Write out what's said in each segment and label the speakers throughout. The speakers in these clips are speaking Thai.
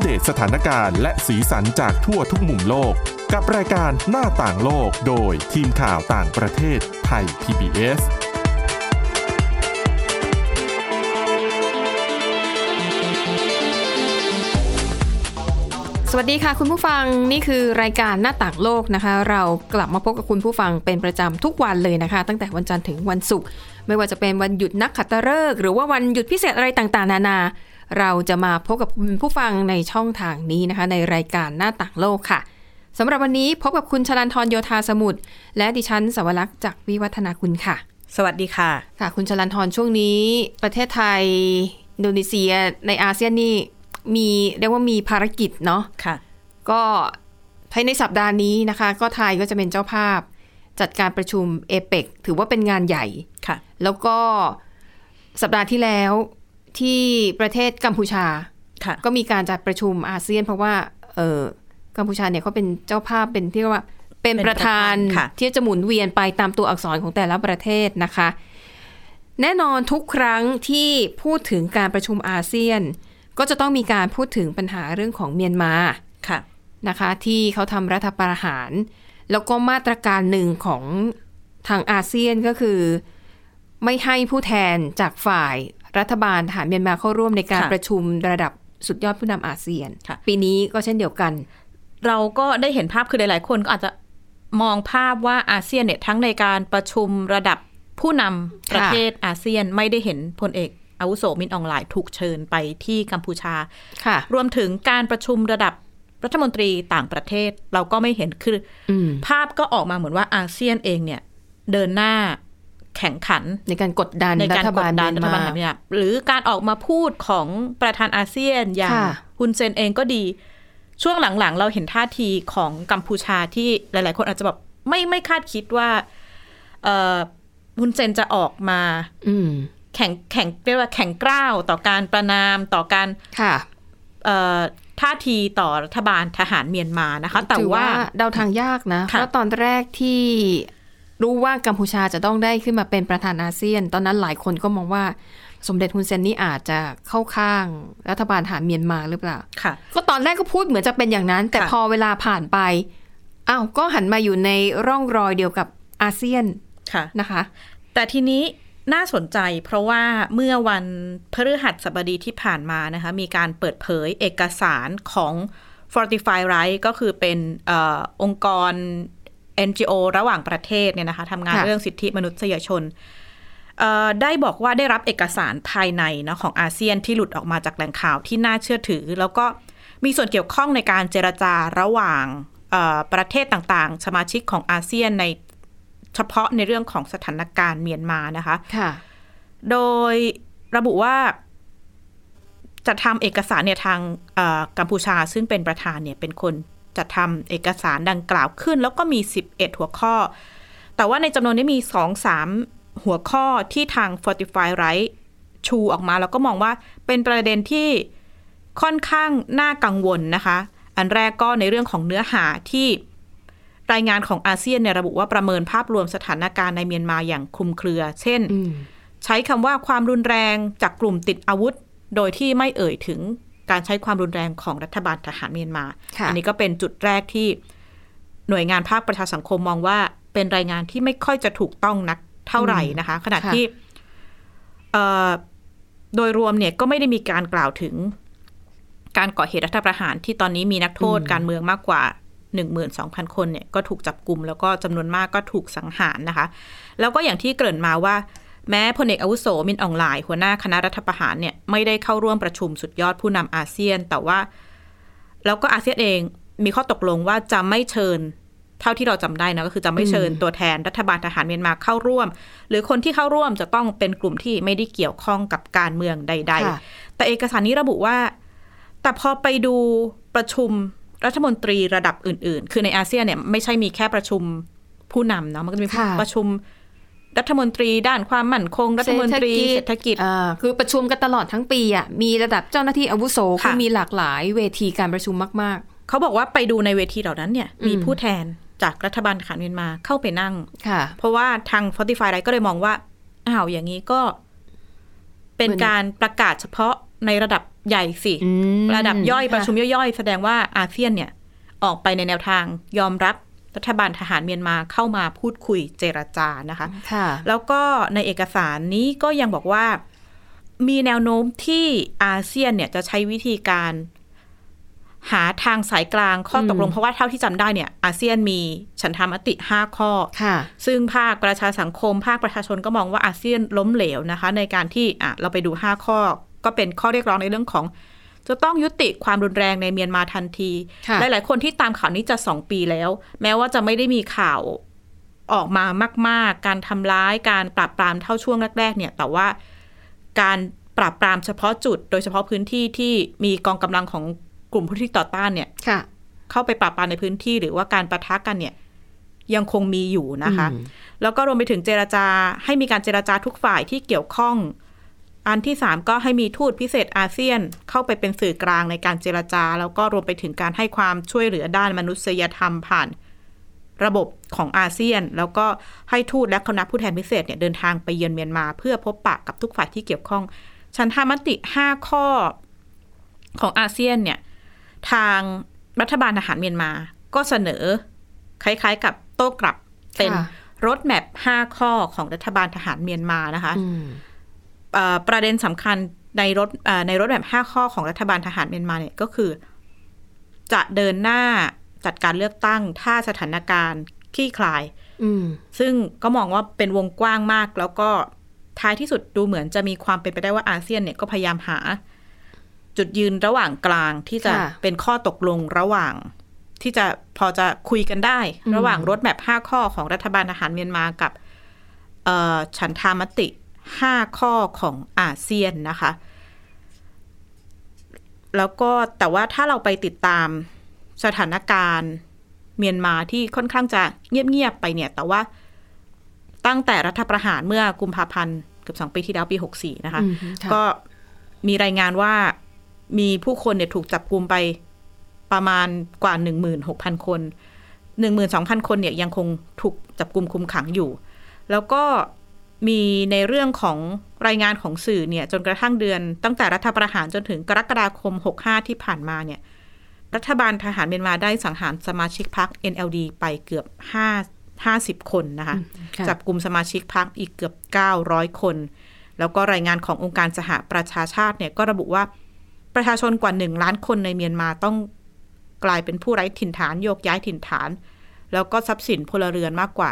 Speaker 1: เดตสถานการณ์และสีสันจากทั่วทุกมุมโลก กับรายการหน้าต่างโลกโดยทีมข่าวต่างประเทศไทย PBS
Speaker 2: สวัสดีค่ะคุณผู้ฟังนี่คือรายการหน้าต่างโลกนะคะ เรากลับมาพบกับคุณผู้ฟังเป็นประจำทุกวันเลยนะคะ ตั้งแต่วันจันทร์ถึงวันศุกร์ไม่ว่าจะเป็นวันหยุดนักขัตฤกษ์หรือว่าวันหยุดพิเศษอะไรต่างๆ นานา เราจะมาพบกับคุณผู้ฟังในช่องทางนี้นะคะ ในรายการหน้าต่างโลกค่ะสำหรับวันนี้พบกับคุณชลันทรโยธาสมุทรและดิฉันสวรักษ์จากวิวัฒนาคุณค่ะ
Speaker 3: สวัสดีค่ะ
Speaker 2: ค่ะคุณชลันทรช่วงนี้ประเทศไทย อินโดนีเซียในอาเซียนนี่มีเรียกว่ามีภารกิจเนาะ
Speaker 3: ค่ะ
Speaker 2: ก็ภายในสัปดาห์นี้นะคะ ก็ไทยก็จะเป็นเจ้าภาพ จัดการประชุมเอเปกถือว่าเป็นงานใหญ่
Speaker 3: ค่ะ
Speaker 2: แล้วก็สัปดาห์ที่แล้วที่ประเทศกัมพูชา
Speaker 3: ค่ะ
Speaker 2: ก็มีการจัดประชุมอาเซียน เพราะว่าเออกัมพูชาเนี่ยเขาเป็นเจ้าภาพเป็นที่เรียกว่าเป็นประธาน
Speaker 3: เป็นประธานค่ะ
Speaker 2: ที่จะหมุนเวียนไปตามตัวอักษรของแต่ละประเทศนะคะ แน่นอนทุกครั้งที่พูดถึงการประชุมอาเซียน ก็จะต้องมีการพูดถึงปัญหาเรื่องของเมียนมา
Speaker 3: ค่ะ
Speaker 2: นะคะที่เขาทำรัฐประหาร แล้วก็มาตรการหนึ่งของทางอาเซียนก็คือ ไม่ให้ผู้แทนจากฝ่ายรัฐบาลทหารเมียนมาเข้าร่วมในการ
Speaker 3: ค่ะ
Speaker 2: ประชุมระดับสุดยอดผู้นำอาเซียน
Speaker 3: ค่ะ
Speaker 2: ปีนี้ก็เช่นเดียวกัน
Speaker 3: เราก็ได้เห็นภาพคือหลาย ๆ คนก็อาจจะมองภาพว่าอาเซียนเนี่ยทั้งในการประชุมระดับผู้นำประเทศอาเซียนไม่ได้เห็นพลเอกอาวุโสมินอองหลายถูกเชิญไปที่กัมพูชา
Speaker 2: ค่ะ
Speaker 3: รวมถึงการประชุมระดับรัฐมนตรีต่างประเทศ เราก็ไม่เห็นคือ
Speaker 2: อืม
Speaker 3: ภาพก็ออกมาเหมือนว่าอาเซียนเองเนี่ยเดินหน้าแข่งขัน
Speaker 2: ในการกดดัน
Speaker 3: ใน
Speaker 2: รั
Speaker 3: การ
Speaker 2: ฐ
Speaker 3: ก
Speaker 2: บา
Speaker 3: ด
Speaker 2: ล
Speaker 3: ดั
Speaker 2: เมียน
Speaker 3: นรัฐ
Speaker 2: มา
Speaker 3: บาลเมียนมาหรือการออกมาพูดของประธานอาเซียนอย่าง
Speaker 2: ค่ะ
Speaker 3: ฮุนเซนเองก็ดี ช่วงหลังๆ เราเห็นท่าทีของกัมพูชาที่หลาย ๆ คนอาจจะแบบไม่ไม่คาดคิดว่าเอ่อฮุนเซนจะออกมา
Speaker 2: อืม
Speaker 3: แข่งแข่งเรียกว่าแข่งกล้าวต่อการประนามต่อการ
Speaker 2: ค่ะ
Speaker 3: เอ่อท่าทีต่อรัฐบาลทหารเมียนมานะคะ แต่
Speaker 2: ถือ
Speaker 3: ว่า
Speaker 2: เดาทางยากนะเพ
Speaker 3: ค่ะ
Speaker 2: ราะตอนแรกที่รู้ว่ากัมพูชาจะต้องได้ขึ้นมาเป็นประธานอาเซียน ตอนนั้นหลายคนก็มองว่าสมเด็จฮุนเซนนี่อาจจะเข้าข้างรัฐบาลทหารเมียนมาหรือเปล่า
Speaker 3: ค่ะ
Speaker 2: ก็ตอนแรกก็พูดเหมือนจะเป็นอย่างนั้น แต่
Speaker 3: ค่ะ
Speaker 2: พอเวลาผ่านไปอ้าวก็หันมาอยู่ในร่องรอยเดียวกับอาเซียน
Speaker 3: ค่ะ
Speaker 2: นะคะ
Speaker 3: แต่ทีนี้น่าสนใจเพราะว่าเมื่อวันพฤหัสบดีที่ผ่านมานะคะ มีการเปิดเผยเอกสารของ Fortify Right ก็คือเป็นเออองค์กร NGO ระหว่างประเทศเนี่ยนะคะทำงาน
Speaker 2: ค่ะ
Speaker 3: เรื่องสิทธิมนุษยชนเอ่อได้บอกว่าได้รับเอกสารภายในเนาะของอาเซียนที่หลุดออกมาจากแหล่งข่าวที่น่าเชื่อถือ แล้วก็มีส่วนเกี่ยวข้องในการเจรจาระหว่างเอ่อประเทศต่างๆ สมาชิกของอาเซียนใน เฉพาะในเรื่องของสถานการณ์เมียนมานะคะ
Speaker 2: ค่ะ
Speaker 3: โดยระบุว่าจัดทำเอกสารเนี่ยทางเอ่อกัมพูชาซึ่งเป็นประธานเนี่ยเป็นคนจัดทำเอกสารดังกล่าวขึ้น แล้วก็มี 11 หัวข้อ แต่ว่าในจำนวนนี้มี 2-3 หัวข้อที่ทาง Fortify Right ชูออกมา แล้วก็มองว่าเป็นประเด็นที่ค่อนข้างน่ากังวลนะคะ อันแรกก็ในเรื่องของเนื้อหาที่ รายงานของอาเซียนเนี่ยระบุว่าประเมินภาพรวมสถานการณ์ในเมียนมาอย่างคลุมเครือ เช่น
Speaker 2: อืม
Speaker 3: ใช้คำว่าความรุนแรงจากกลุ่มติดอาวุธ โดยที่ไม่เอ่ยถึงการใช้ความรุนแรงของรัฐบาลทหารเมียนมา
Speaker 2: ค่ะ
Speaker 3: อันี้ก็เป็นจุดแรกที่หน่วยงานภาคประชาสังคมมองว่า เป็นรายงานที่ไม่ค่อยจะถูกต้องนักเท่าไหร่นะคะ ขณะ
Speaker 2: ค่ะ
Speaker 3: ที่เอ่อโดยรวมเนี่ยก็ไม่ได้มีการกล่าวถึง การก่อเหตุรัฐประหารที่ตอนนี้มีนักโทษการเมืองมากกว่า 12,000 คนเนี่ยก็ถูกจับกลุ่มแล้วก็จำนวนมากก็ถูกสังหารนะคะ แล้วก็อย่างที่เกริ่นมาว่า แม้พลเอกอาวุโสมินอองหลาย หัวหน้าคณะรัฐประหารเนี่ยไม่ได้เข้าร่วมประชุมสุดยอดผู้นำอาเซียน แต่ว่า แล้วก็อาเซียนเองมีข้อตกลงว่าจะไม่เชิญ เท่าที่เราจำได้นะก็คือจะไม่เชิญตัวแทนรัฐบาลทหารเมียนมาเข้าร่วม หรือคนที่เข้าร่วมจะต้องเป็นกลุ่มที่ไม่ได้เกี่ยวข้องกับการเมืองใด
Speaker 2: ค่ะ
Speaker 3: ๆ แต่เอกสารนี้ระบุว่า แต่พอไปดูประชุมรัฐมนตรีระดับอื่น ๆ คือในอาเซียนเนี่ยไม่ใช่มีแค่ประชุมผู้นำเนาะมันก็จะมี
Speaker 2: ค่ะ
Speaker 3: ประชุมรัฐมนตรี ด้านความมั่นคง รัฐมนตรีเศรษฐกิจ
Speaker 2: อ่าคือประชุมกันตลอดทั้งปีอ่ะมีระดับเจ้าหน้าที่อาวุโส
Speaker 3: ค่ะ
Speaker 2: คือมีหลากหลายเวทีการประชุมมาก
Speaker 3: เขาบอกว่าไปดูในเวทีเหล่านั้นเนี่ย มี
Speaker 2: อืม
Speaker 3: ผู้แทนจากรัฐบาลขานเมียนมาเข้าไปนั่ง
Speaker 2: ๆ ค่ะ
Speaker 3: เพราะว่าทาง Fortify ไรก็เลยมองว่า อ้าว อย่างนี้ก็เป็น
Speaker 2: เหมือน
Speaker 3: การประกาศเฉพาะ ในระดับใหญ่สิ
Speaker 2: อืม
Speaker 3: ระดับย่อย
Speaker 2: ค่
Speaker 3: ประชุมย่อยๆ แสดงว่าอาเซียนเนี่ยออกไปในแนวทางยอมรับรัฐบาลทหารเมียนมาเข้ามาพูดคุยเจรจานะคะ
Speaker 2: ค่ะ
Speaker 3: แล้วก็ในเอกสารนี้ก็ยังบอกว่ามีแนวโน้มที่อาเซียนเนี่ยจะใช้วิธีการหาทางสายกลางข้อตกลง
Speaker 2: อืม
Speaker 3: เพราะว่าเท่าที่จำได้เนี่ย อาเซียนมีฉันทามติห้าข้อ
Speaker 2: ค่ะ
Speaker 3: ซึ่งภาคประชาสังคม ภาคประชาชนก็มองว่าอาเซียนล้มเหลวนะคะ ในการที่อ่ะเราไปดู 5 ข้อ ก็เป็นข้อเรียกร้องในเรื่องของ จะต้องยุติความรุนแรงในเมียนมาทันที
Speaker 2: ค่ะ
Speaker 3: หลายๆคนที่ตามข่าวนี้จะ 2 ปีแล้ว แม้ว่าจะไม่ได้มีข่าวออกมามาก ๆ การทำร้ายการปราบปรามเท่าช่วงแรก ๆ เนี่ย แต่ว่าการปราบปรามเฉพาะจุด โดยเฉพาะพื้นที่ที่มีกองกำลังของกลุ่มผู้ที่ต่อต้านเนี่ย
Speaker 2: ค่ะ
Speaker 3: เข้าไปปราบปรามในพื้นที่หรือว่าการประทะกันเนี่ย ยังคงมีอยู่นะคะ
Speaker 2: อืม
Speaker 3: แล้วก็รวมไปถึงเจราจาให้มีการเจราจาทุกฝ่ายที่เกี่ยวข้อง อันที่สามก็ให้มีทูตพิเศษอาเซียนเข้าไปเป็นสื่อกลางในการเจราจา แล้วก็รวมไปถึงการให้ความช่วยเหลือด้านมนุษยธรรมผ่าน ระบบของอาเซียน แล้วก็ให้ทูตและคณะผู้แทนพิเศษเนี่ยเดินทางไปเยือนเมียนมา เพื่อพบปะกับทุกฝ่ายที่เกี่ยวข้อง ชันทามติห้าข้อของอาเซียนเนี่ย ทางรัฐบาลทหารเมียนมา ก็เสนอ คล้ายๆ กับโต้กลับเป็น
Speaker 2: ค่ะ
Speaker 3: รถแมพ5ข้อของรัฐบาลทหารเมียนมานะคะ
Speaker 2: อืม
Speaker 3: เอ่อประเด็นสำคัญในรถเอ่อในรถแมพ5ข้อของรัฐบาลทหารเมียนมาเนี่ยก็คือ จะเดินหน้าจัดการเลือกตั้งถ้าสถานการณ์คลี่คลาย
Speaker 2: อืม
Speaker 3: ซึ่งก็มองว่าเป็นวงกว้างมาก แล้วก็ท้ายที่สุดดูเหมือนจะมีความเป็นไปได้ว่าอาเซียนเนี่ยก็พยายามหา จุดยืนระหว่างกลางที่จะ
Speaker 2: ค่ะ
Speaker 3: เป็นข้อตกลงระหว่าง ที่จะพอจะคุยกันได้ ระหว่างรถแมพห้าข้อของรัฐบาลทหารเมียนมากับ เอ่อฉันทามติห้าข้อของอาเซียนนะคะ แล้วก็แต่ว่าถ้าเราไปติดตามสถานการณ์เมียนมาที่ค่อนข้างจะเงียบ ๆ ไปเนี่ย แต่ว่าตั้งแต่รัฐประหารเมื่อกุมภาพันธ์เกือบสองปีที่แล้วปีหกสี่นะคะ
Speaker 2: อืมค่ะ
Speaker 3: ก็มีรายงานว่ามีผู้คนเนี่ยถูกจับกลุมไปประมาณกว่าหนึ่งหมื่นหกพันคนหนึ่งหมื่นสองพันคนเนี่ยยังคงถูกจับกลุมคุมขังอยู่ แล้วก็มีในเรื่องของรายงานของสื่อเนี่ย จนกระทั่งเดือนตั้งแต่รัฐประหารจนถึงกรกฎาคม 65 ที่ผ่านมาเนี่ย รัฐบาลทหารเมียนมาได้สังหารสมาชิกพรรค NLD ไปเกือบ5 50 คนนะคะ
Speaker 2: ค่ะ
Speaker 3: จับกลุ่มสมาชิกพรรคอีกเกือบ 900 คน แล้วก็รายงานขององค์การสหประชาชาติเนี่ยก็ระบุว่าประชาชนกว่า 1 ล้านคนในเมียนมาต้องกลายเป็นผู้ไร้ถิ่นฐานโยกย้ายถิ่นฐาน แล้วก็ทรัพย์สินพลเรือนมากกว่า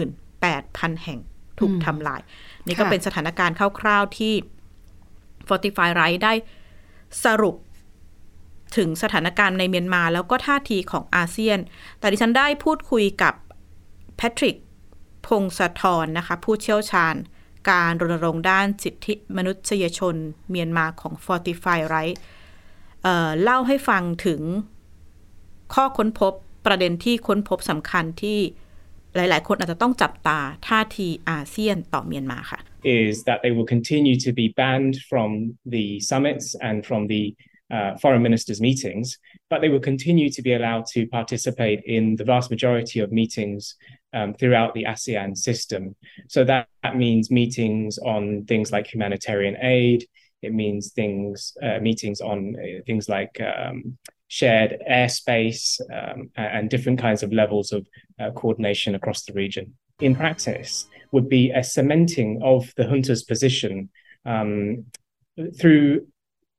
Speaker 3: 28,000 แห่งถูก
Speaker 2: อืม
Speaker 3: ทำลาย นี่ก็
Speaker 2: ค่ะ
Speaker 3: เป็นสถานการณ์คร่าวๆที่ Fortify Right ได้สรุป ถึงสถานการณ์ในเมียนมาแล้วก็ท่าทีของอาเซียน แต่ดิฉันได้พูดคุยกับแพทริก พงศธรนะคะ ผู้เชี่ยวชาญ การรณรงค์ด้านสิทธิมนุษยชนเมียนมาของ Fortify Right เอ่อเล่าให้ฟังถึงข้อค้นพบประเด็นที่ค้นพบสำคัญที่หลาย ๆ คนอาจจะต้องจับตาท่าทีอาเซียนต่อเมียนมาค่ะ
Speaker 4: is that they will continue to be banned from the summits and from the uh, foreign ministers' meetings, but they will continue to be allowed to participate in the vast majority of meetings um, throughout the ASEAN system. So that, that means meetings on things like humanitarian aid. It means things uh, meetings on uh, things like um, shared airspace um, a- and different kinds of levels of uh, coordination across the region. In practice, would be a cementing of the junta's position um, through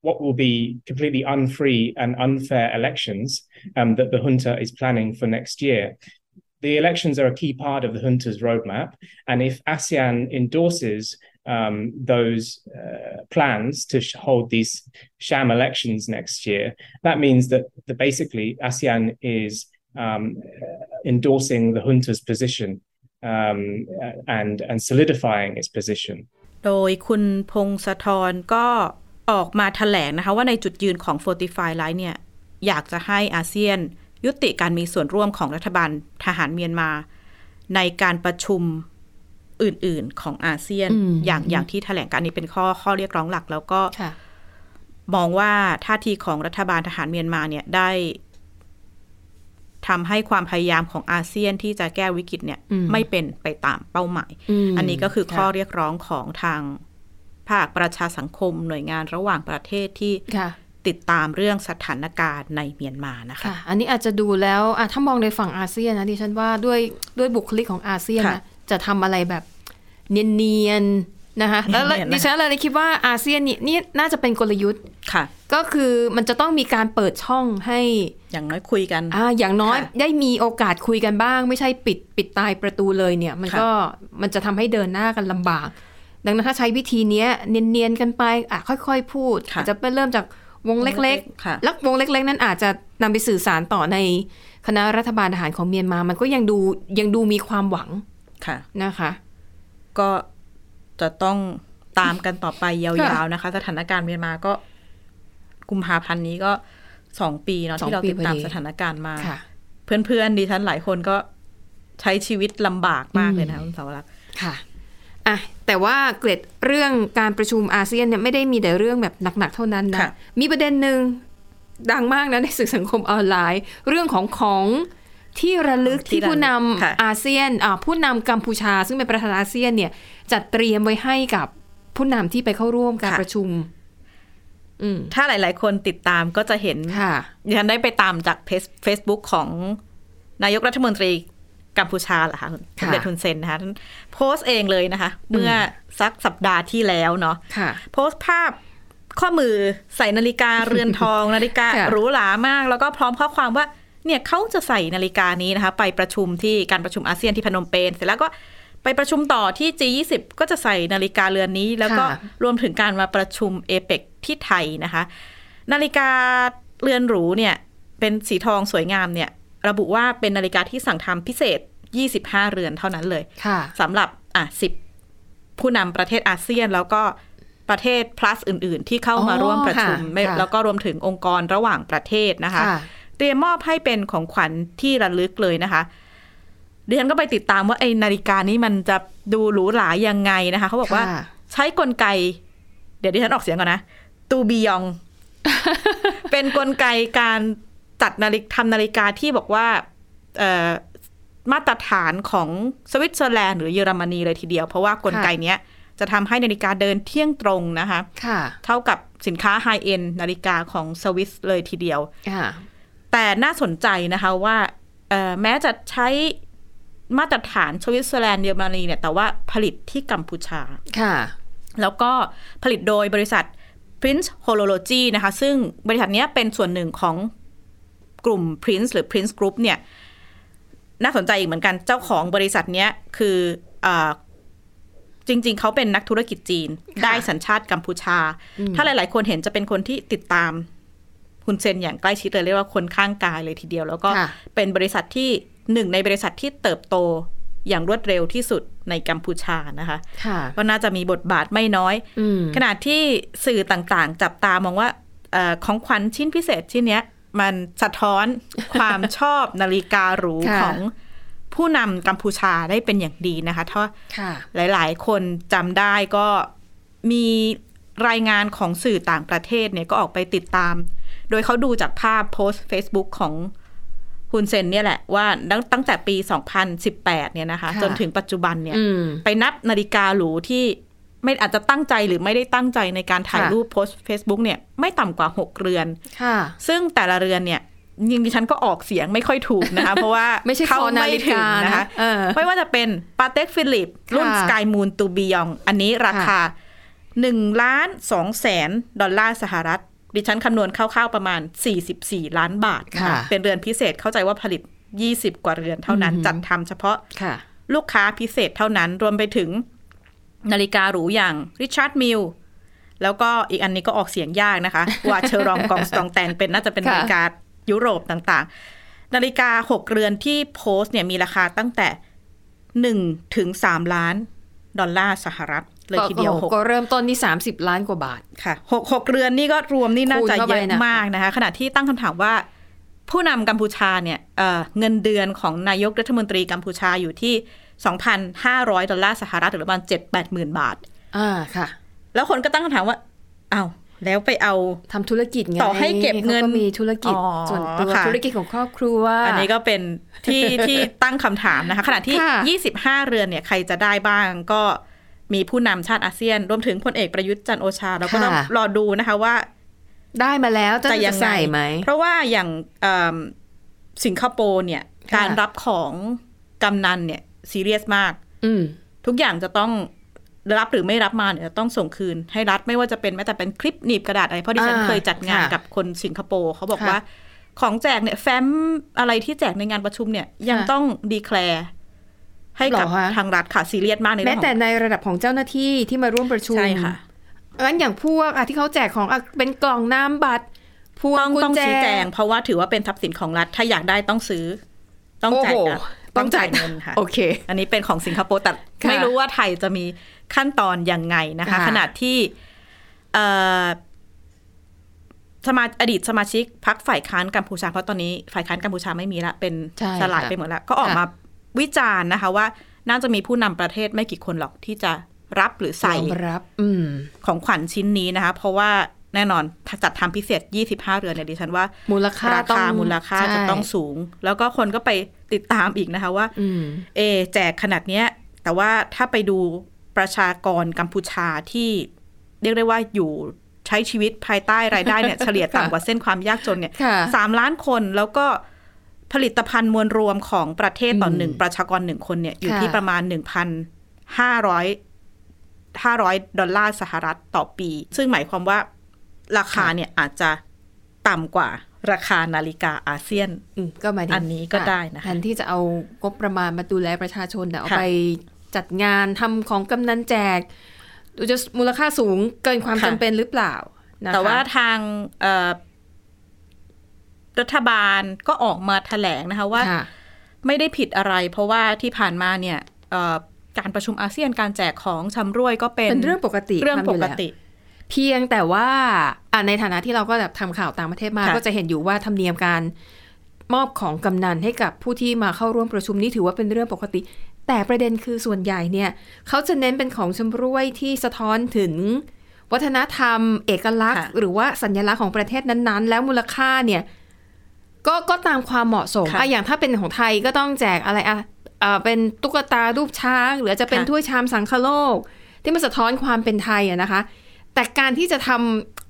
Speaker 4: what will be completely unfree and unfair elections um, that the junta is planning for next year. The elections are a key part of the junta's roadmap, and if ASEAN endorses um, those uh, plans to sh- hold these sham elections next year, that means that the, basically ASEAN is um, endorsing the junta's position um, and and solidifying its position.
Speaker 3: โดยคุณพงศธรก็ออกมาแถลงนะคะ ว่าในจุดยืนของ Fortify l i g h t เนี่ย อยากจะให้อาเซียน ยุติการมีส่วนร่วมของรัฐบาลทหารเมียนมา ในการประชุมอื่นๆของอาเซียน
Speaker 2: อืม
Speaker 3: อย่างอย่างที่แถลงการนี้เป็นข้อข้อเรียกร้องหลัก แล้วก็
Speaker 2: ค่ะ
Speaker 3: มองว่าท่าทีของรัฐบาลทหารเมียนมาเนี่ยได้ทำให้ความพยายามของอาเซียนที่จะแก้วิกฤตเนี่ย
Speaker 2: อืม
Speaker 3: ไม่เป็นไปตามเป้าหมาย
Speaker 2: ม
Speaker 3: อันนี้ก็คือข้อะ เรียกร้องของทาง ภาคประชาสังคมหน่วยงานระหว่างประเทศที่
Speaker 2: ค่ะ
Speaker 3: ติดตามเรื่องสถานการณ์ในเมียนมานะคะ
Speaker 2: ค่ะ อันนี้อาจจะดูแล้วอ่ะถ้ามองในฝั่งอาเซียนนะดิฉันว่าด้วยด้วยบุคลิกของอาเซียน
Speaker 3: ค่ะ
Speaker 2: นะจะทำอะไรแบบเนียนๆนะคะแล้วแล้ว
Speaker 3: เนียนๆนะ
Speaker 2: ดิฉันเลยคิดว่าอาเซียนนี่นี่น่าจะเป็นกลยุทธ์
Speaker 3: ค่ะ
Speaker 2: ก็คือมันจะต้องมีการเปิดช่องให้
Speaker 3: อย่างน้อยคุยกัน
Speaker 2: อ่าอย่างน้อย
Speaker 3: ค่ะ
Speaker 2: ได้มีโอกาสคุยกันบ้าง ไม่ใช่ปิดปิดตายประตูเลยเนี่ย มัน
Speaker 3: ค่ะ
Speaker 2: ก็มันจะทำให้เดินหน้ากันลำบาก ดังนั้นถ้าใช้วิธีเนี้ยเนียนๆกันไปอ่ะค่อย ๆ พูด
Speaker 3: ค่ะ
Speaker 2: อาจจะเป็นเริ่มจากวงเ
Speaker 3: วงเล็
Speaker 2: ล็ก
Speaker 3: กๆค่ะ
Speaker 2: แล้ววงเล็ก ๆ นั้นอาจจะนำไปสื่อสารต่อในคณะรัฐบาลทหารของเมียนมา มันก็ยังดูยังดูมีความหวัง
Speaker 3: ค่ะ
Speaker 2: นะคะ
Speaker 3: ก็จะต้องตามกันต่อไปย
Speaker 2: ค่ะ
Speaker 3: าวๆนะคะ สถานการณ์เมียนมาก็กุมภาพันธ์นี้ก็สองปีเนาะ
Speaker 2: สอง
Speaker 3: ที่เรา
Speaker 2: ปี
Speaker 3: ติดตาม
Speaker 2: พอดี
Speaker 3: สถานการณ์มา
Speaker 2: ค่ะ
Speaker 3: เพื่อนๆดิฉันหลายคนก็ใช้ชีวิตลำบากมาก
Speaker 2: อืม
Speaker 3: เลยนะคะคุณสาวรักษ์
Speaker 2: ค่ะอ่ะ แต่ว่าเกร็ดเรื่องการประชุมอาเซียนเนี่ยไม่ได้มีแต่เรื่องแบบหนักๆเท่านั้นนะ
Speaker 3: ค่ะ
Speaker 2: มีประเด็นหนึ่งดังมากนะในสื่อสังคมออนไลน์ เรื่องของของที่ระลึกที่ผู้น
Speaker 3: ค่ะ
Speaker 2: ำอาเซียนอ่าผู้นำกัมพูชา ซึ่งเป็นประธานอาเซียนเนี่ยจัดเตรียมไว้ให้กับผู้นำที่ไปเข้าร่วมการประชุม อืม
Speaker 3: ถ้าหลายๆ คนติดตามก็จะเห็น
Speaker 2: ค่ะ
Speaker 3: ดิฉันได้ไปตามจากเฟซบุ๊กของนายกรัฐมนตรีกัมพูชาเหรอคะคุณสม
Speaker 2: ค่ะ
Speaker 3: เด็จทุนเซนนะคะท่านโพสต์เองเลยนะคะ เมื่อสักสัปดาห์ที่แล้วเนาะ
Speaker 2: ค่ะ
Speaker 3: โพสต์ภาพข้อมือใส่นาฬิกา เรือนทอง นาฬิกา
Speaker 2: ค่ะ
Speaker 3: หรูหรามาก แล้วก็พร้อมข้อความว่าเนี่ยเขาจะใส่นาฬิกานี้นะคะ ไปประชุมที่การประชุมอาเซียนที่พนมเปญเสร็จแล้วก็ไปประชุมต่อที่ G20 ก็จะใส่นาฬิกาเรือนนี้ แล้วก็
Speaker 2: ค่ะ
Speaker 3: รวมถึงการมาประชุมเอเปกที่ไทยนะคะ นาฬิกาเรือนหรูเนี่ย เป็นสีทองสวยงามเนี่ย ระบุว่าเป็นนาฬิกาที่สั่งทำพิเศษ 25 เรือนเท่านั้นเลย
Speaker 2: ค่ะ
Speaker 3: สำหรับอ่ะสิบผู้นำประเทศอาเซียนแล้วก็ประเทศ plus อื่น ๆ ที่เข้ามา
Speaker 2: อ๋อ
Speaker 3: ร่วมประชุม
Speaker 2: ค่ะ
Speaker 3: ไม่
Speaker 2: ค่ะ
Speaker 3: แล้วก็รวมถึงองค์กรระหว่างประเทศนะคะ
Speaker 2: ค่ะ
Speaker 3: เตรียมมอบให้เป็นของขวัญที่ระลึกเลยนะคะเดียนก็ไปติดตามว่าไอ้นาฬิกานี้มันจะดูหรูหรายังไงนะคะ เขาบอกว่า
Speaker 2: ค่ะ
Speaker 3: ใช้กลไก เดี๋ยวดิฉันออกเสียงก่อนนะ ตูบียอง เป็นกลไกการจัดนาฬิกาทำนาฬิกาที่บอกว่าเอ่อมาตรฐานของสวิตเซอร์แลนด์หรือเยอรมนีเลยทีเดียว เพราะว่ากลไกเนี้ยจะทำให้นาฬิกาเดินเที่ยงตรงนะคะ
Speaker 2: ค่ะ
Speaker 3: เท่ากับสินค้าไฮเอ็นนาฬิกาของสวิสเลยทีเดียว
Speaker 2: ค่ะ
Speaker 3: แต่น่าสนใจนะคะว่าเอ่อแม้จะใช้มาตรฐานสวิตเซอร์แลนด์เยอรมนีเนี่ยแต่ว่าผลิตที่กัมพูชา
Speaker 2: ค่ะ
Speaker 3: แล้วก็ผลิตโดยบริษัท Prince Horology นะคะ ซึ่งบริษัทเนี้ยเป็นส่วนหนึ่งของกลุ่ม Prince หรือ Prince Group เนี่ย น่าสนใจอีกเหมือนกันเจ้าของบริษัทเนี้ยคือเออจริง ๆ เขาเป็นนักธุรกิจจีน
Speaker 2: ค่ะ
Speaker 3: ได้สัญชาติกัมพูชา
Speaker 2: อืม
Speaker 3: ถ้าหลาย ๆ คนเห็นจะเป็นคนที่ติดตามคุณเซนอย่างใกล้ชิดเลยเรียกว่าคนข้างกายเลยทีเดียว แล้วก็
Speaker 2: ค่ะ
Speaker 3: เป็นบริษัทที่หนึ่งในบริษัทที่เติบโตอย่างรวดเร็วที่สุดในกัมพูชานะคะ
Speaker 2: ค่ะ
Speaker 3: ก็น่าจะมีบทบาทไม่น้อย
Speaker 2: อืม
Speaker 3: ขณะที่สื่อต่างๆ จับตามองว่าเออของขวัญชิ้นพิเศษชิ้นเนี้ย มันสะท้อน ความชอบนาฬิกาหรู
Speaker 2: ค่ะ
Speaker 3: ของผู้นำกัมพูชาได้เป็นอย่างดีนะคะถ้า
Speaker 2: ค่ะ
Speaker 3: หลายๆ คนจำได้ก็มีรายงานของสื่อต่างประเทศเนี่ยก็ออกไปติดตาม โดยเขาดูจากภาพโพสต์ Facebook ของคุณเซนเนี่ยแหละว่าตั้งตั้งแต่ปี 2018 เนี่ยนะคะ
Speaker 2: ค่ะ
Speaker 3: จนถึงปัจจุบันเนี่ย
Speaker 2: อืม
Speaker 3: ไปนับนาฬิกาหรูที่ไม่อาจจะตั้งใจหรือไม่ได้ตั้งใจในการถ่าย
Speaker 2: ค่ะ
Speaker 3: รูปโพสต์ Facebook เนี่ยไม่ต่ำกว่า 6 เรือน
Speaker 2: ค่ะ
Speaker 3: ซึ่งแต่ละเรือนเนี่ยจริงๆดิฉันก็ออกเสียงไม่ค่อยถูกนะ คะเพราะว่า
Speaker 2: ไม่ใช่
Speaker 3: เข้
Speaker 2: คอนา
Speaker 3: ไม่
Speaker 2: ฬิ
Speaker 3: ถึง
Speaker 2: กานะ
Speaker 3: นะคะ
Speaker 2: เออ
Speaker 3: ไม่ว่าจะเป็นปาเต็กฟิลิป รุ่น
Speaker 2: ค่ะ
Speaker 3: สกายมูนตูบียอง อันนี้ราคา1ล้าน2แสนดอลลาร์สหรัฐ ดิฉันคำนวณคร่าวๆประมาณ 44 ล้านบาทน
Speaker 2: ค่ะ
Speaker 3: เป็นเรือนพิเศษเข้าใจว่าผลิต 20 กว่าเรือนเท่านั้น
Speaker 2: อือหือ
Speaker 3: จัดทำเฉพาะ
Speaker 2: ค่ะ
Speaker 3: ลูกค้าพิเศษเท่านั้นรวมไปถึงนาฬิกาหรูอย่างริชาร์ดมิลแล้วก็อีกอันนี้ก็ออกเสียงยากนะคะ ว่าเชอรองกองสตองแตงเป็นน่าจะเป็น
Speaker 2: ค่ะ
Speaker 3: นาฬิกายุโรปต่างๆ นาฬิกาหกเรือนที่โพสต์เนี่ยมีราคาตั้งแต่หนึ่งถึงสามล้าน ดอลลาร์สหรัฐ เลยทีเดียว
Speaker 2: ก็
Speaker 3: หก
Speaker 2: ก็เริ่มต้นนี่ 30 ล้านกว่าบาท
Speaker 3: ค่ะหกหกเรือนนี่ก็รวมนี่น่า
Speaker 2: คูณ
Speaker 3: จะ
Speaker 2: เข้า
Speaker 3: เย
Speaker 2: ไป
Speaker 3: อะ
Speaker 2: นะ
Speaker 3: มากนะคะ ขณะที่ตั้งคำถามว่า ผู้นำกัมพูชาเนี่ยเอ่อเงินเดือนของนายกรัฐมนตรีกัมพูชาอยู่ที่ 2,500 ดอลลาร์สหรัฐหรือประมาณ7-8หมื่นบาท
Speaker 2: อ่าค่ะ
Speaker 3: แล้วคนก็ตั้งคำถามว่าเอาวแล้วไปเอา
Speaker 2: ทำธุรกิจไง
Speaker 3: ต่อให้เก็บเงิน
Speaker 2: ขามีธุรกิจ
Speaker 3: อ๋อ
Speaker 2: ส่วนตัว
Speaker 3: ค่ะ
Speaker 2: ธุรกิจของครอบครัว
Speaker 3: อันนี้ก็เป็น ที่ ที่ตั้งคำถามนะคะ ขณะที่
Speaker 2: ค่ะ
Speaker 3: 25 เรือนเนี่ยใครจะได้บ้างก็ มีผู้นำชาติอาเซียน รวมถึงพลเอกประยุทธ์จันทร์โอชา เราก็ต้อง
Speaker 2: ค่ะ
Speaker 3: รอดูนะคะว่า
Speaker 2: ได้มาแล้วจะ
Speaker 3: แต่ยั
Speaker 2: จะ
Speaker 3: งไง
Speaker 2: ใส่ไหม
Speaker 3: เพราะว่าอย่างเอิ่มสิงคโปร์เนี่ย
Speaker 2: ค่ะ
Speaker 3: การรับของกำนันเนี่ยซีเรียสมาก
Speaker 2: อืม
Speaker 3: ทุกอย่างจะต้องรับหรือไม่รับมาเนี่ยต้องส่งคืนให้รัฐไม่ว่าจะเป็นแม้แต่เป็นคลิปหนีบกระดาษอะไรเพราะดิฉัน
Speaker 2: อ่า
Speaker 3: เคยจัดงาน
Speaker 2: ค่ะ
Speaker 3: กับคนสิงคโปร์เขาบอก
Speaker 2: ค่ะ
Speaker 3: ว่า ของแจกเนี่ยแฟ้มอะไรที่แจกในงานประชุมเนี่ยยัง
Speaker 2: ค่ะ
Speaker 3: ต้องดีแคลร์ให้กับ
Speaker 2: เหรอคะ
Speaker 3: ทางรัฐค่ะซีเรียสมากใน
Speaker 2: แม้
Speaker 3: เรื่องข
Speaker 2: แต่
Speaker 3: อง
Speaker 2: ในระดับของเจ้าหน้าที่ที่มาร่วมประชุม
Speaker 3: ใช่ค่ะ
Speaker 2: งั้นอย่างพวกอ่ะที่เขาแจกของอ่ะเป็นกล่องน้ำบัตรพวง
Speaker 3: ต้อง
Speaker 2: กุญ
Speaker 3: ต้อง
Speaker 2: แจ
Speaker 3: ชี้แจง เพราะว่าถือว่าเป็นทรัพย์สินของรัฐถ้าอยากได้ต้องซื้อ ต้องจ่าย
Speaker 2: โอ้โห
Speaker 3: นะ
Speaker 2: ต้องจ่าย
Speaker 3: เงินค่ะ
Speaker 2: โอเค
Speaker 3: อันนี้เป็นของสิงคโปร์แต่
Speaker 2: ค่ะ
Speaker 3: ไม่รู้ว่าไทยจะมีขั้นตอนยังไงนะคะ
Speaker 2: ค่ะ
Speaker 3: ขณะที่เอ่อสมาอดีตสมาชิกพักฝ่ายค้านกัมพูชาเพราะตอนนี้ฝ่ายค้านกัมพูชาไม่มีละ เป็น
Speaker 2: ใช่
Speaker 3: สลาย
Speaker 2: ค่ะ
Speaker 3: ไปหมดละก็ออก
Speaker 2: ค่ะ
Speaker 3: มาวิจารณ์นะคะ ว่าน่าจะมีผู้นำประเทศไม่กี่คนหรอกที่จะรับหรือใส่
Speaker 2: รองรับ อืม
Speaker 3: ของขวัญชิ้นนี้นะคะ เพราะว่าแน่นอนถ้าจัดทำพิเศษ 25 เรือนเนี่ยดิฉันว่า
Speaker 2: มูลค่า
Speaker 3: รา
Speaker 2: ต้อง
Speaker 3: คามูลค่า
Speaker 2: ใช่
Speaker 3: จะต้องสูง แล้วก็คนก็ไปติดตามอีกนะคะว่า
Speaker 2: อืม
Speaker 3: เอะแจกขนาดเนี้ย แต่ว่าถ้าไปดูประชากรกัมพูชาที่เรียกได้ว่าอยู่ใช้ชีวิตภายใต้รายได้เนี่ย เฉลี่ยต่ำกว่าเส้นความยากจนเนี่ย
Speaker 2: ค่ะ
Speaker 3: สามล้านคนแล้วก็ผลิตภัณฑ์มวลรวมของประเทศต่อหนึ่งประชากรหนึ่งคนเนี่ยอยู่ที่ประมาณหนึ่งพันห้าร้อยห้าร้อยดอลลาร์สหรัฐต่อปี ซึ่งหมายความว่าราคาเนี่ยอาจจะต่ำกว่าราคานาฬิกาอาเซียน
Speaker 2: อืมก็หมายถึง
Speaker 3: อันนี้ก็ได้นะคะ
Speaker 2: แทนที่จะเอางบประมาณมาดูแลประชาชนแต่เอา
Speaker 3: ค่ะ
Speaker 2: ไปจัดงานทำของกำนันแจกดูจะมูลค่าสูงเกินความจำเป็นหรือเปล่านะคะ
Speaker 3: แต่ว่าทางเอ่อรัฐบาลก็ออกมาแถลงนะคะว่า
Speaker 2: ค่ะ
Speaker 3: ไม่ได้ผิดอะไร เพราะว่าที่ผ่านมาเนี่ยเอ่อการประชุมอาเซียนการแจกของชำร่วยก็เป็น
Speaker 2: เป็นเรื่องปกติ
Speaker 3: เรื่องป
Speaker 2: ทำอ
Speaker 3: กติ
Speaker 2: ยู่แล้วเพียงแต่ว่าอ่ะในฐานะที่เราก็แบบทำข่าวต่างประเทศมา
Speaker 3: ค่ะ
Speaker 2: ก็จะเห็นอยู่ว่าธรรมเนียมการมอบของกำนันให้กับผู้ที่มาเข้าร่วมประชุมนี่ถือว่าเป็นเรื่องปกติ แต่ประเด็นคือส่วนใหญ่เนี่ยเขาจะเน้นเป็นของชำร่วยที่สะท้อนถึง วัฒนธรรม เอกลักษณ์
Speaker 3: ค่ะ
Speaker 2: หรือว่าสัญลักษณ์ของประเทศนั้นๆ แล้วมูลค่าเนี่ยก็ก็ตามความเหมาะสม
Speaker 3: ค่ะ
Speaker 2: อ่ะอย่างถ้าเป็นของไทยก็ต้องแจกอะไรอ่ะเอ่อเป็นตุ๊กตารูปช้าง หรือจะเป็น
Speaker 3: ค่ะ
Speaker 2: ถ้วยชามสังคโลก ที่มันสะท้อนความเป็นไทยอะนะคะ แต่การที่จะท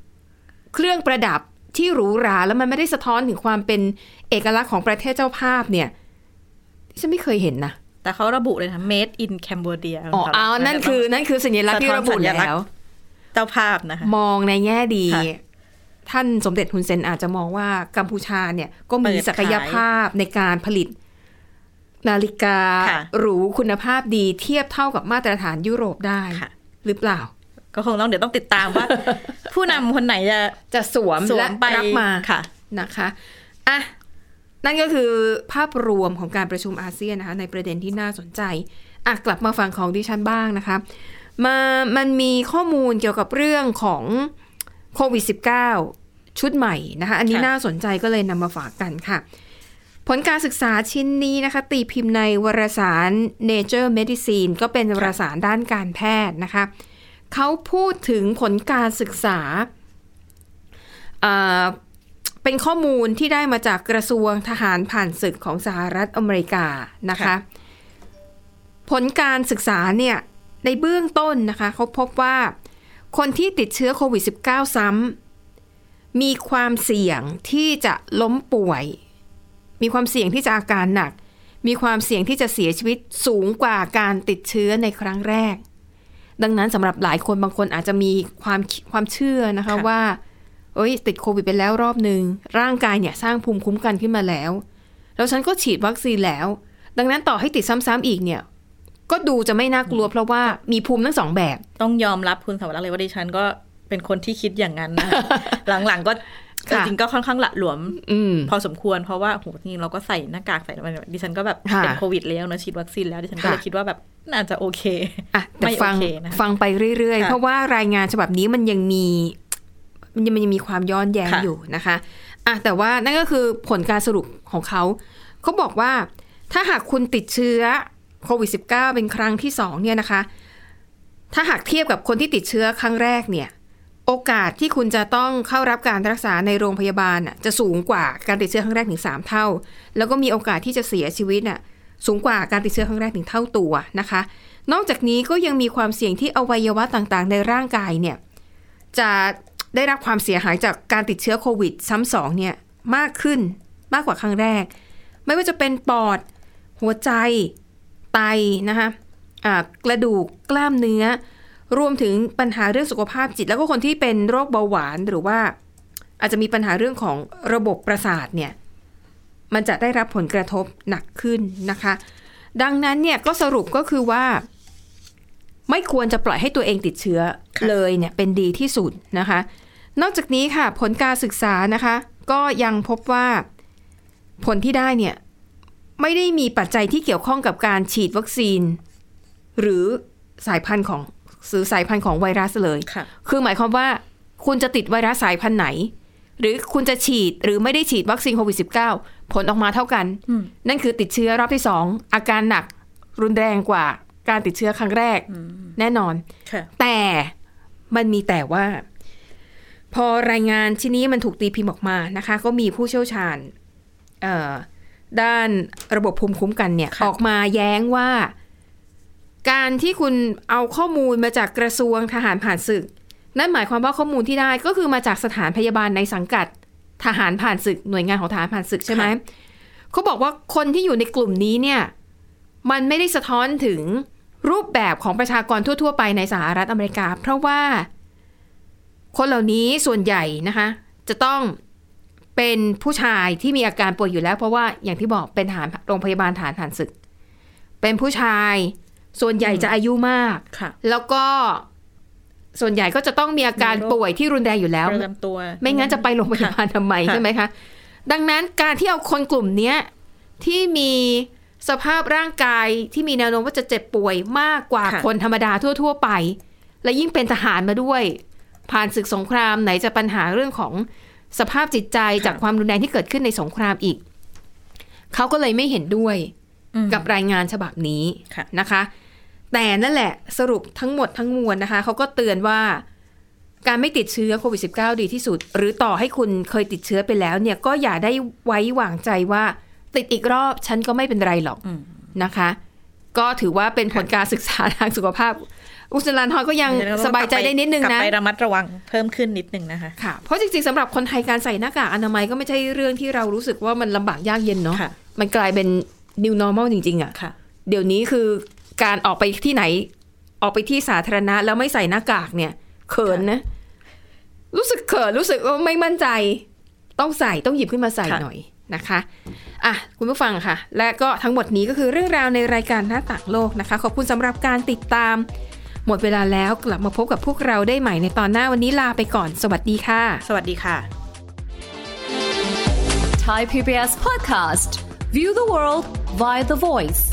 Speaker 2: ำเครื่องประดับที่หรูหราแล้วมันไม่ได้สะท้อนถึงความเป็นเอกลักษณ์ของประเทศเจ้าภาพเนี่ยดิฉันไม่เคยเห็นนะ
Speaker 3: แต่เขาระบุเลยนะ made in Cambodia
Speaker 2: อ๋อเอานั่นคือ นั่นคือสัญลักษณ์ที่ระบุแล้ว
Speaker 3: เจ้าภาพนะคะ
Speaker 2: มองในแง่ดี
Speaker 3: ค่ะ
Speaker 2: ท่านสมเด็จฮุนเซนอาจจะมองว่ากัมพูชาเนี่ย ก็มี
Speaker 3: เปิดขาย
Speaker 2: ศักยภาพในการผลิต นาฬิกา
Speaker 3: ค่ะ
Speaker 2: หรูคุณภาพดีเทียบเท่ากับมาตรฐานยุโรปได้
Speaker 3: ค่ะ
Speaker 2: หรือเปล่า
Speaker 3: ก็คงต้องเดี๋ยวต้องติดตามว่า ผู้นำคนไหนจะ
Speaker 2: จะสวม
Speaker 3: สว
Speaker 2: และ
Speaker 3: มไป
Speaker 2: รับมา
Speaker 3: ค่ะ
Speaker 2: นะคะอ่ะนั่นก็คือภาพรวมของการประชุมอาเซียนนะคะ ในประเด็นที่น่าสนใจอ่ะกลับมาฟังของดิฉันบ้างนะคะ มามันมีข้อมูลเกี่ยวกับเรื่องของโควิด -19 ชุดใหม่นะคะ อันนี้
Speaker 3: ค่ะ
Speaker 2: น่าสนใจก็เลยนำมาฝากกันค่ะ ผลการศึกษาชิ้นนี้นะคะ ตีพิมพ์ในวารสาร Nature Medicine ก็เป็นวารสารด้านการแพทย์นะคะ เขาพูดถึงผลการศึกษาอ่าเป็นข้อมูลที่ได้มาจากกระทรวงทหารผ่านศึกของสหรัฐอเมริกานะคะ
Speaker 3: ค่ะ
Speaker 2: ผลการศึกษาเนี่ยในเบื้องต้นนะคะเขาพบว่าคนที่ติดเชื้อโควิด -19 ซ้ำมีความเสี่ยงที่จะล้มป่วย มีความเสี่ยงที่จะอาการหนัก มีความเสี่ยงที่จะเสียชีวิตสูงกว่าการติดเชื้อในครั้งแรก ดังนั้นสำหรับหลายคนบางคนอาจจะมีความความเชื่อนะคะ
Speaker 3: ค่ะ
Speaker 2: ว่า เอ้ย ติดโควิดไปแล้วรอบหนึ่งร่างกายเนี่ยสร้างภูมิคุ้มกันขึ้นมาแล้ว แล้วฉันก็ฉีดวัคซีนแล้ว ดังนั้นต่อให้ติดซ้ำๆอีกเนี่ย ก็ดูจะไม่น่ากลัวเพราะว่ามีภูมิทั้งสองแบบ
Speaker 3: ต้องยอมรับคุณสมรักษ์เลยว่าดิฉันก็เป็นคนที่คิดอย่างนั้น นะ หลังๆก็
Speaker 2: ค่ะ
Speaker 3: จริงๆก็ค่อนข้างหละหลวม
Speaker 2: อืม
Speaker 3: พอสมควรเพราะว่าโหจริงๆเราก็ใส่หน้ากากใส่อะไรดิฉันก็แบบ
Speaker 2: ค่ะ
Speaker 3: เป็นโควิดแล้วนะฉีดวัคซีนแล้วดิฉันก็
Speaker 2: ค่ะ
Speaker 3: เลยคิดว่าแบบน่าจะโอเค
Speaker 2: อ่ะแต่
Speaker 3: ไม่
Speaker 2: ฟัง
Speaker 3: โอเคนะคะ
Speaker 2: ฟังไปเรื่อย ๆ
Speaker 3: ค่ะ
Speaker 2: เพราะว่ารายงานฉบับนี้มันยังมีมันยังมันยังมีความย้อนแย้ง
Speaker 3: ค่ะ
Speaker 2: อยู่นะคะอ่ะแต่ว่านั่นก็คือผลการสรุปของเขา เขาบอกว่าถ้าหากคุณติดเชื้อโควิด -19 เป็นครั้งที่สองเนี่ยนะคะ ถ้าหากเทียบกับคนที่ติดเชื้อครั้งแรกเนี่ย โอกาสที่คุณจะต้องเข้ารับการรักษาในโรงพยาบาลน่ะจะสูงกว่าการติดเชื้อครั้งแรกถึงสามเท่า แล้วก็มีโอกาสที่จะเสียชีวิตน่ะสูงกว่าการติดเชื้อครั้งแรกถึงเท่าตัวนะคะ นอกจากนี้ก็ยังมีความเสี่ยงที่อวัยวะต่างๆ ในร่างกายเนี่ยจะได้รับความเสียหายจากการติดเชื้อโควิดซ้ำสองเนี่ยมากขึ้นมากกว่าครั้งแรก ไม่ว่าจะเป็นปอด หัวใจ ไตนะคะอ่ากระดูกกล้ามเนื้อ รวมถึงปัญหาเรื่องสุขภาพจิต แล้วก็คนที่เป็นโรคเบาหวานหรือว่า อาจจะมีปัญหาเรื่องของระบบประสาทเนี่ยมันจะได้รับผลกระทบหนักขึ้นนะคะ ดังนั้นเนี่ยก็สรุปก็คือว่า ไม่ควรจะปล่อยให้ตัวเองติดเชื้อ
Speaker 3: ค่ะ
Speaker 2: เลยเนี่ยเป็นดีที่สุดนะคะ นอกจากนี้ค่ะผลการศึกษานะคะ ก็ยังพบว่าผลที่ได้เนี่ยไม่ได้มีปัจจัยที่เกี่ยวข้องกับการฉีดวัคซีน หรือสายพันธุ์ของสือสายพันธุ์ของไวรัสเลย
Speaker 3: ค่ะ
Speaker 2: คือหมายความว่าคุณจะติดไวรัสสายพันธุ์ไหน หรือคุณจะฉีดหรือไม่ได้ฉีดวัคซีนโควิด -19 ผลออกมาเท่ากัน
Speaker 3: อืม
Speaker 2: นั่นคือติดเชื้อรอบที่ 2 อาการหนักรุนแรงกว่าการติดเชื้อครั้งแรกแน่นอน
Speaker 3: ค่ะ
Speaker 2: แต่มันมีแต่ว่า พอรายงานชิ้นนี้มันถูกตีพิมพ์ออกมานะคะ ก็มีผู้เชี่ยวชาญเอ่อด้านระบบภูมิคุ้มกันเนี่ย
Speaker 3: ค่ะ
Speaker 2: ออกมาแย้งว่า การที่คุณเอาข้อมูลมาจากกระทรวงทหารผ่านศึก นั่นหมายความว่าข้อมูลที่ได้ก็คือมาจากสถานพยาบาลในสังกัดทหารผ่านศึก หน่วยงานของทหารผ่านศึกใช่ไหมเขาบอกว่าคนที่อยู่ในกลุ่มนี้เนี่ย มันไม่ได้สะท้อนถึงรูปแบบของประชากรทั่ว ๆ ไปในสหรัฐอเมริกา เพราะว่า คนเหล่านี้ส่วนใหญ่นะคะ จะต้องเป็นผู้ชายที่มีอาการป่วยอยู่แล้ว เพราะว่าอย่างที่บอกเป็นฐานโรงพยาบาลฐานผ่านศึก เป็นผู้ชาย ส่วนใหญ่จะอายุมาก
Speaker 3: ค่ะ
Speaker 2: แล้วก็ส่วนใหญ่ก็จะต้องมีอาการ
Speaker 3: มีโรค
Speaker 2: ป่วยที่รุนแรงอยู่แล้ว
Speaker 3: ประจำตัว
Speaker 2: ไม่งั้นจะไปโรงพยาบาล ทำไม
Speaker 3: ค่ะ
Speaker 2: ใช่ไหมคะ ดังนั้นการที่เอาคนกลุ่มเนี้ยที่มีสภาพร่างกายที่มีแนวโน้มว่าจะเจ็บป่วยมากกว่า
Speaker 3: ค่ะ
Speaker 2: คนธรรมดาทั่ว ๆ ไป และยิ่งเป็นทหารมาด้วย ผ่านศึกสงครามไหนจะปัญหาเรื่องของสภาพจิตใจจากความรุนแรงที่เกิดขึ้นในสงครามอีก เขาก็เลยไม่เห็นด้วย
Speaker 3: อืม
Speaker 2: กับรายงานฉบับนี้
Speaker 3: ค่ะ
Speaker 2: นะคะ แต่นั่นแหละสรุปทั้งหมดทั้งมวลนะคะเขาก็เตือนว่าการไม่ติดเชื้อโควิด -19 ดีที่สุด หรือต่อให้คุณเคยติดเชื้อไปแล้วเนี่ยก็อย่าได้ไว้วางใจว่าติดอีกรอบฉันก็ไม่เป็นไรหรอก
Speaker 3: อืม
Speaker 2: นะคะ ก็ถือว่าเป็นผลการศึกษาทางสุขภาพ อุสลานฮอยก็ยัง
Speaker 3: เดี๋วเร
Speaker 2: สบายใจได้นิดนึง
Speaker 3: กลั
Speaker 2: นะ
Speaker 3: บไประมัดระวังเพิ่มขึ้นนิดนึงนะคะ
Speaker 2: ค่ะ เพราะจริงๆสำหรับคนไทยการใส่หน้ากากอนามัยก็ไม่ใช่เรื่องที่เรารู้สึกว่ามันลำบากยากเย็นเนาะ
Speaker 3: ค่ะ
Speaker 2: มันกลายเป็น new normal จริงๆอะ
Speaker 3: ค่ะ
Speaker 2: เดี๋ยวนี้คือการออกไปที่ไหนออกไปที่สาธารณะ แล้วไม่ใส่หน้ากากเนี่ย เขินนะ รู้สึกเขินรู้สึกว่าไม่มั่นใจ ต้องใส่ต้องหยิบขึ้นมาใส่
Speaker 3: ค่ะ
Speaker 2: หน่อยนะคะอ่ะคุณผู้ฟังค่ะ และก็ทั้งหมดนี้ก็คือเรื่องราวในรายการหน้าต่างโลกนะคะ ขอบคุณสำหรับการติดตาม หมดเวลาแล้วกลับมาพบกับพวกเราได้ใหม่ในตอนหน้าวันนี้ลาไปก่อน สวัสดีค่ะ
Speaker 3: สวัสดีค่ะ
Speaker 5: Thai PBS podcast. View the world via the voice.